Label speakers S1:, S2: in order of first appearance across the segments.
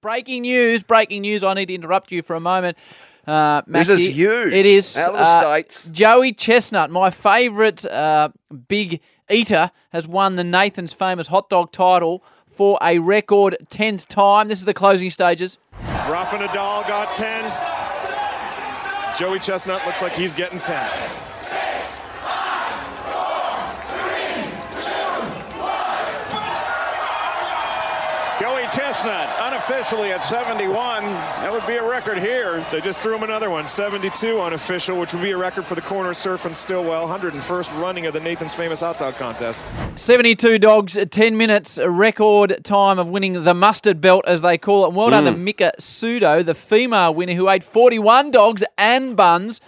S1: Breaking news, breaking news. I need to interrupt you for a moment. Uh,
S2: This
S1: Maxi.
S2: is huge.
S1: It is.
S2: Out of the
S1: uh,
S2: States.
S1: Joey Chestnut, my favourite uh, big eater, has won the Nathan's Famous Hot Dog title for a record 10th time. This is the closing stages.
S3: Rafa Nadal got 10. Joey Chestnut looks like he's getting 10.
S4: Joey Chestnut, unofficially at 71. That would be a record here.
S3: They just threw him another one, 72 unofficial, which would be a record for the corner surf and Stillwell, 101st running of the Nathan's Famous Hot Dog Contest.
S1: 72 dogs, 10 minutes, a record time of winning the mustard belt, as they call it. Well done
S5: Mm.
S1: to Mika Sudo, the female winner, who ate 41 dogs and buns.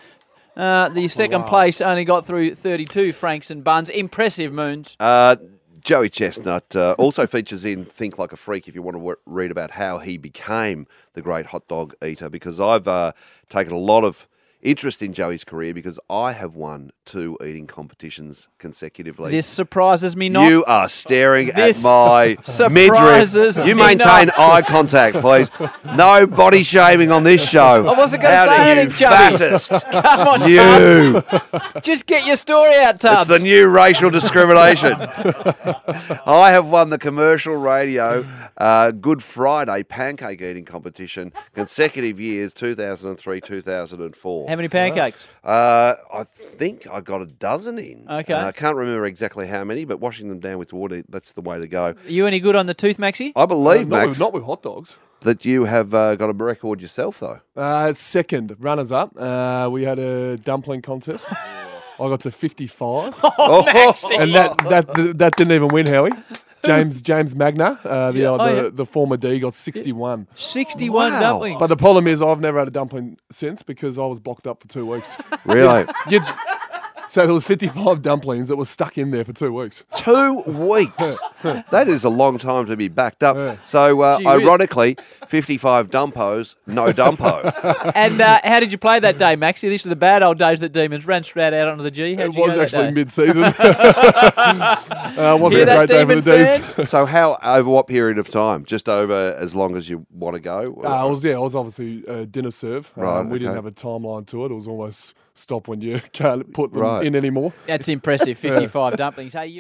S1: Uh,
S5: Oh,
S1: the second place only got through 32 franks and buns. Impressive, Moons.
S2: Uh, Joey Chestnut uh, also features in Think Like a Freak if you want to w- read about how he became the great hot dog eater. Because I've uh, taken a lot of interest in Joey's career because I have won two eating competitions consecutively.
S1: this surprises me not.
S2: you are staring at
S1: This
S2: my midriff.
S1: surprises
S2: You
S1: me
S2: maintain
S1: not.
S2: eye contact, please. No body shaming on this show. I
S1: wasn't gonna
S2: How
S1: say
S2: do
S1: anything,
S2: you
S1: Joey.
S2: fattest.
S1: Come on, Tubbs.
S2: You.
S1: Just get your story out,
S2: It's
S1: Tubbs.
S2: the new racial discrimination. I have won the commercial radio uh, Good Friday pancake eating competition consecutive years 2003 2004.
S1: How many pancakes?
S2: Uh, I think I got a dozen in.
S1: Okay.
S2: Uh, I can't remember exactly how many, but washing them down with water, that's the way to go.
S1: Are you any good on the tooth, Maxi?
S5: Oh.
S2: I believe,
S5: not,
S2: Max,
S5: with, not with hot dogs.
S2: that you have uh, got a record yourself, though.
S5: Uh, second, runners up. Uh, we had a dumpling contest. I got to 55.
S2: Oh,
S5: and that that that didn't even win, Howie. James James Magna, uh, the, uh,
S1: Oh,
S5: the
S1: yeah.
S5: the former D, got sixty one.
S1: 61
S2: Wow.
S1: dumplings.
S5: But the problem is, I've never had a dumpling since because I was blocked up for two weeks.
S2: really?
S5: You'd- so there was fifty five dumplings that were stuck in there for two weeks.
S2: two weeks. that is a long time to be backed up. So, uh,
S1: Gee whiz.
S2: ironically, 55 dumpos, no dumpo.
S1: and uh, how did you play that day, Maxi? These were the bad old days that Demons ran straight out onto the G. How
S5: it was actually mid season. uh, wasn't
S1: Hear
S5: a
S1: that,
S5: great day for the
S1: Demon
S5: D's.
S1: fans?
S2: so, how over what period of time? Just over as long as you want to go?
S5: Uh, I was yeah, I was obviously uh, dinner serve. Um,
S2: Right,
S5: we didn't
S2: okay.
S5: have a timeline to it. It was almost stop when you can't put them
S2: Right.
S5: in anymore.
S1: That's impressive. 55 dumplings. Hey, you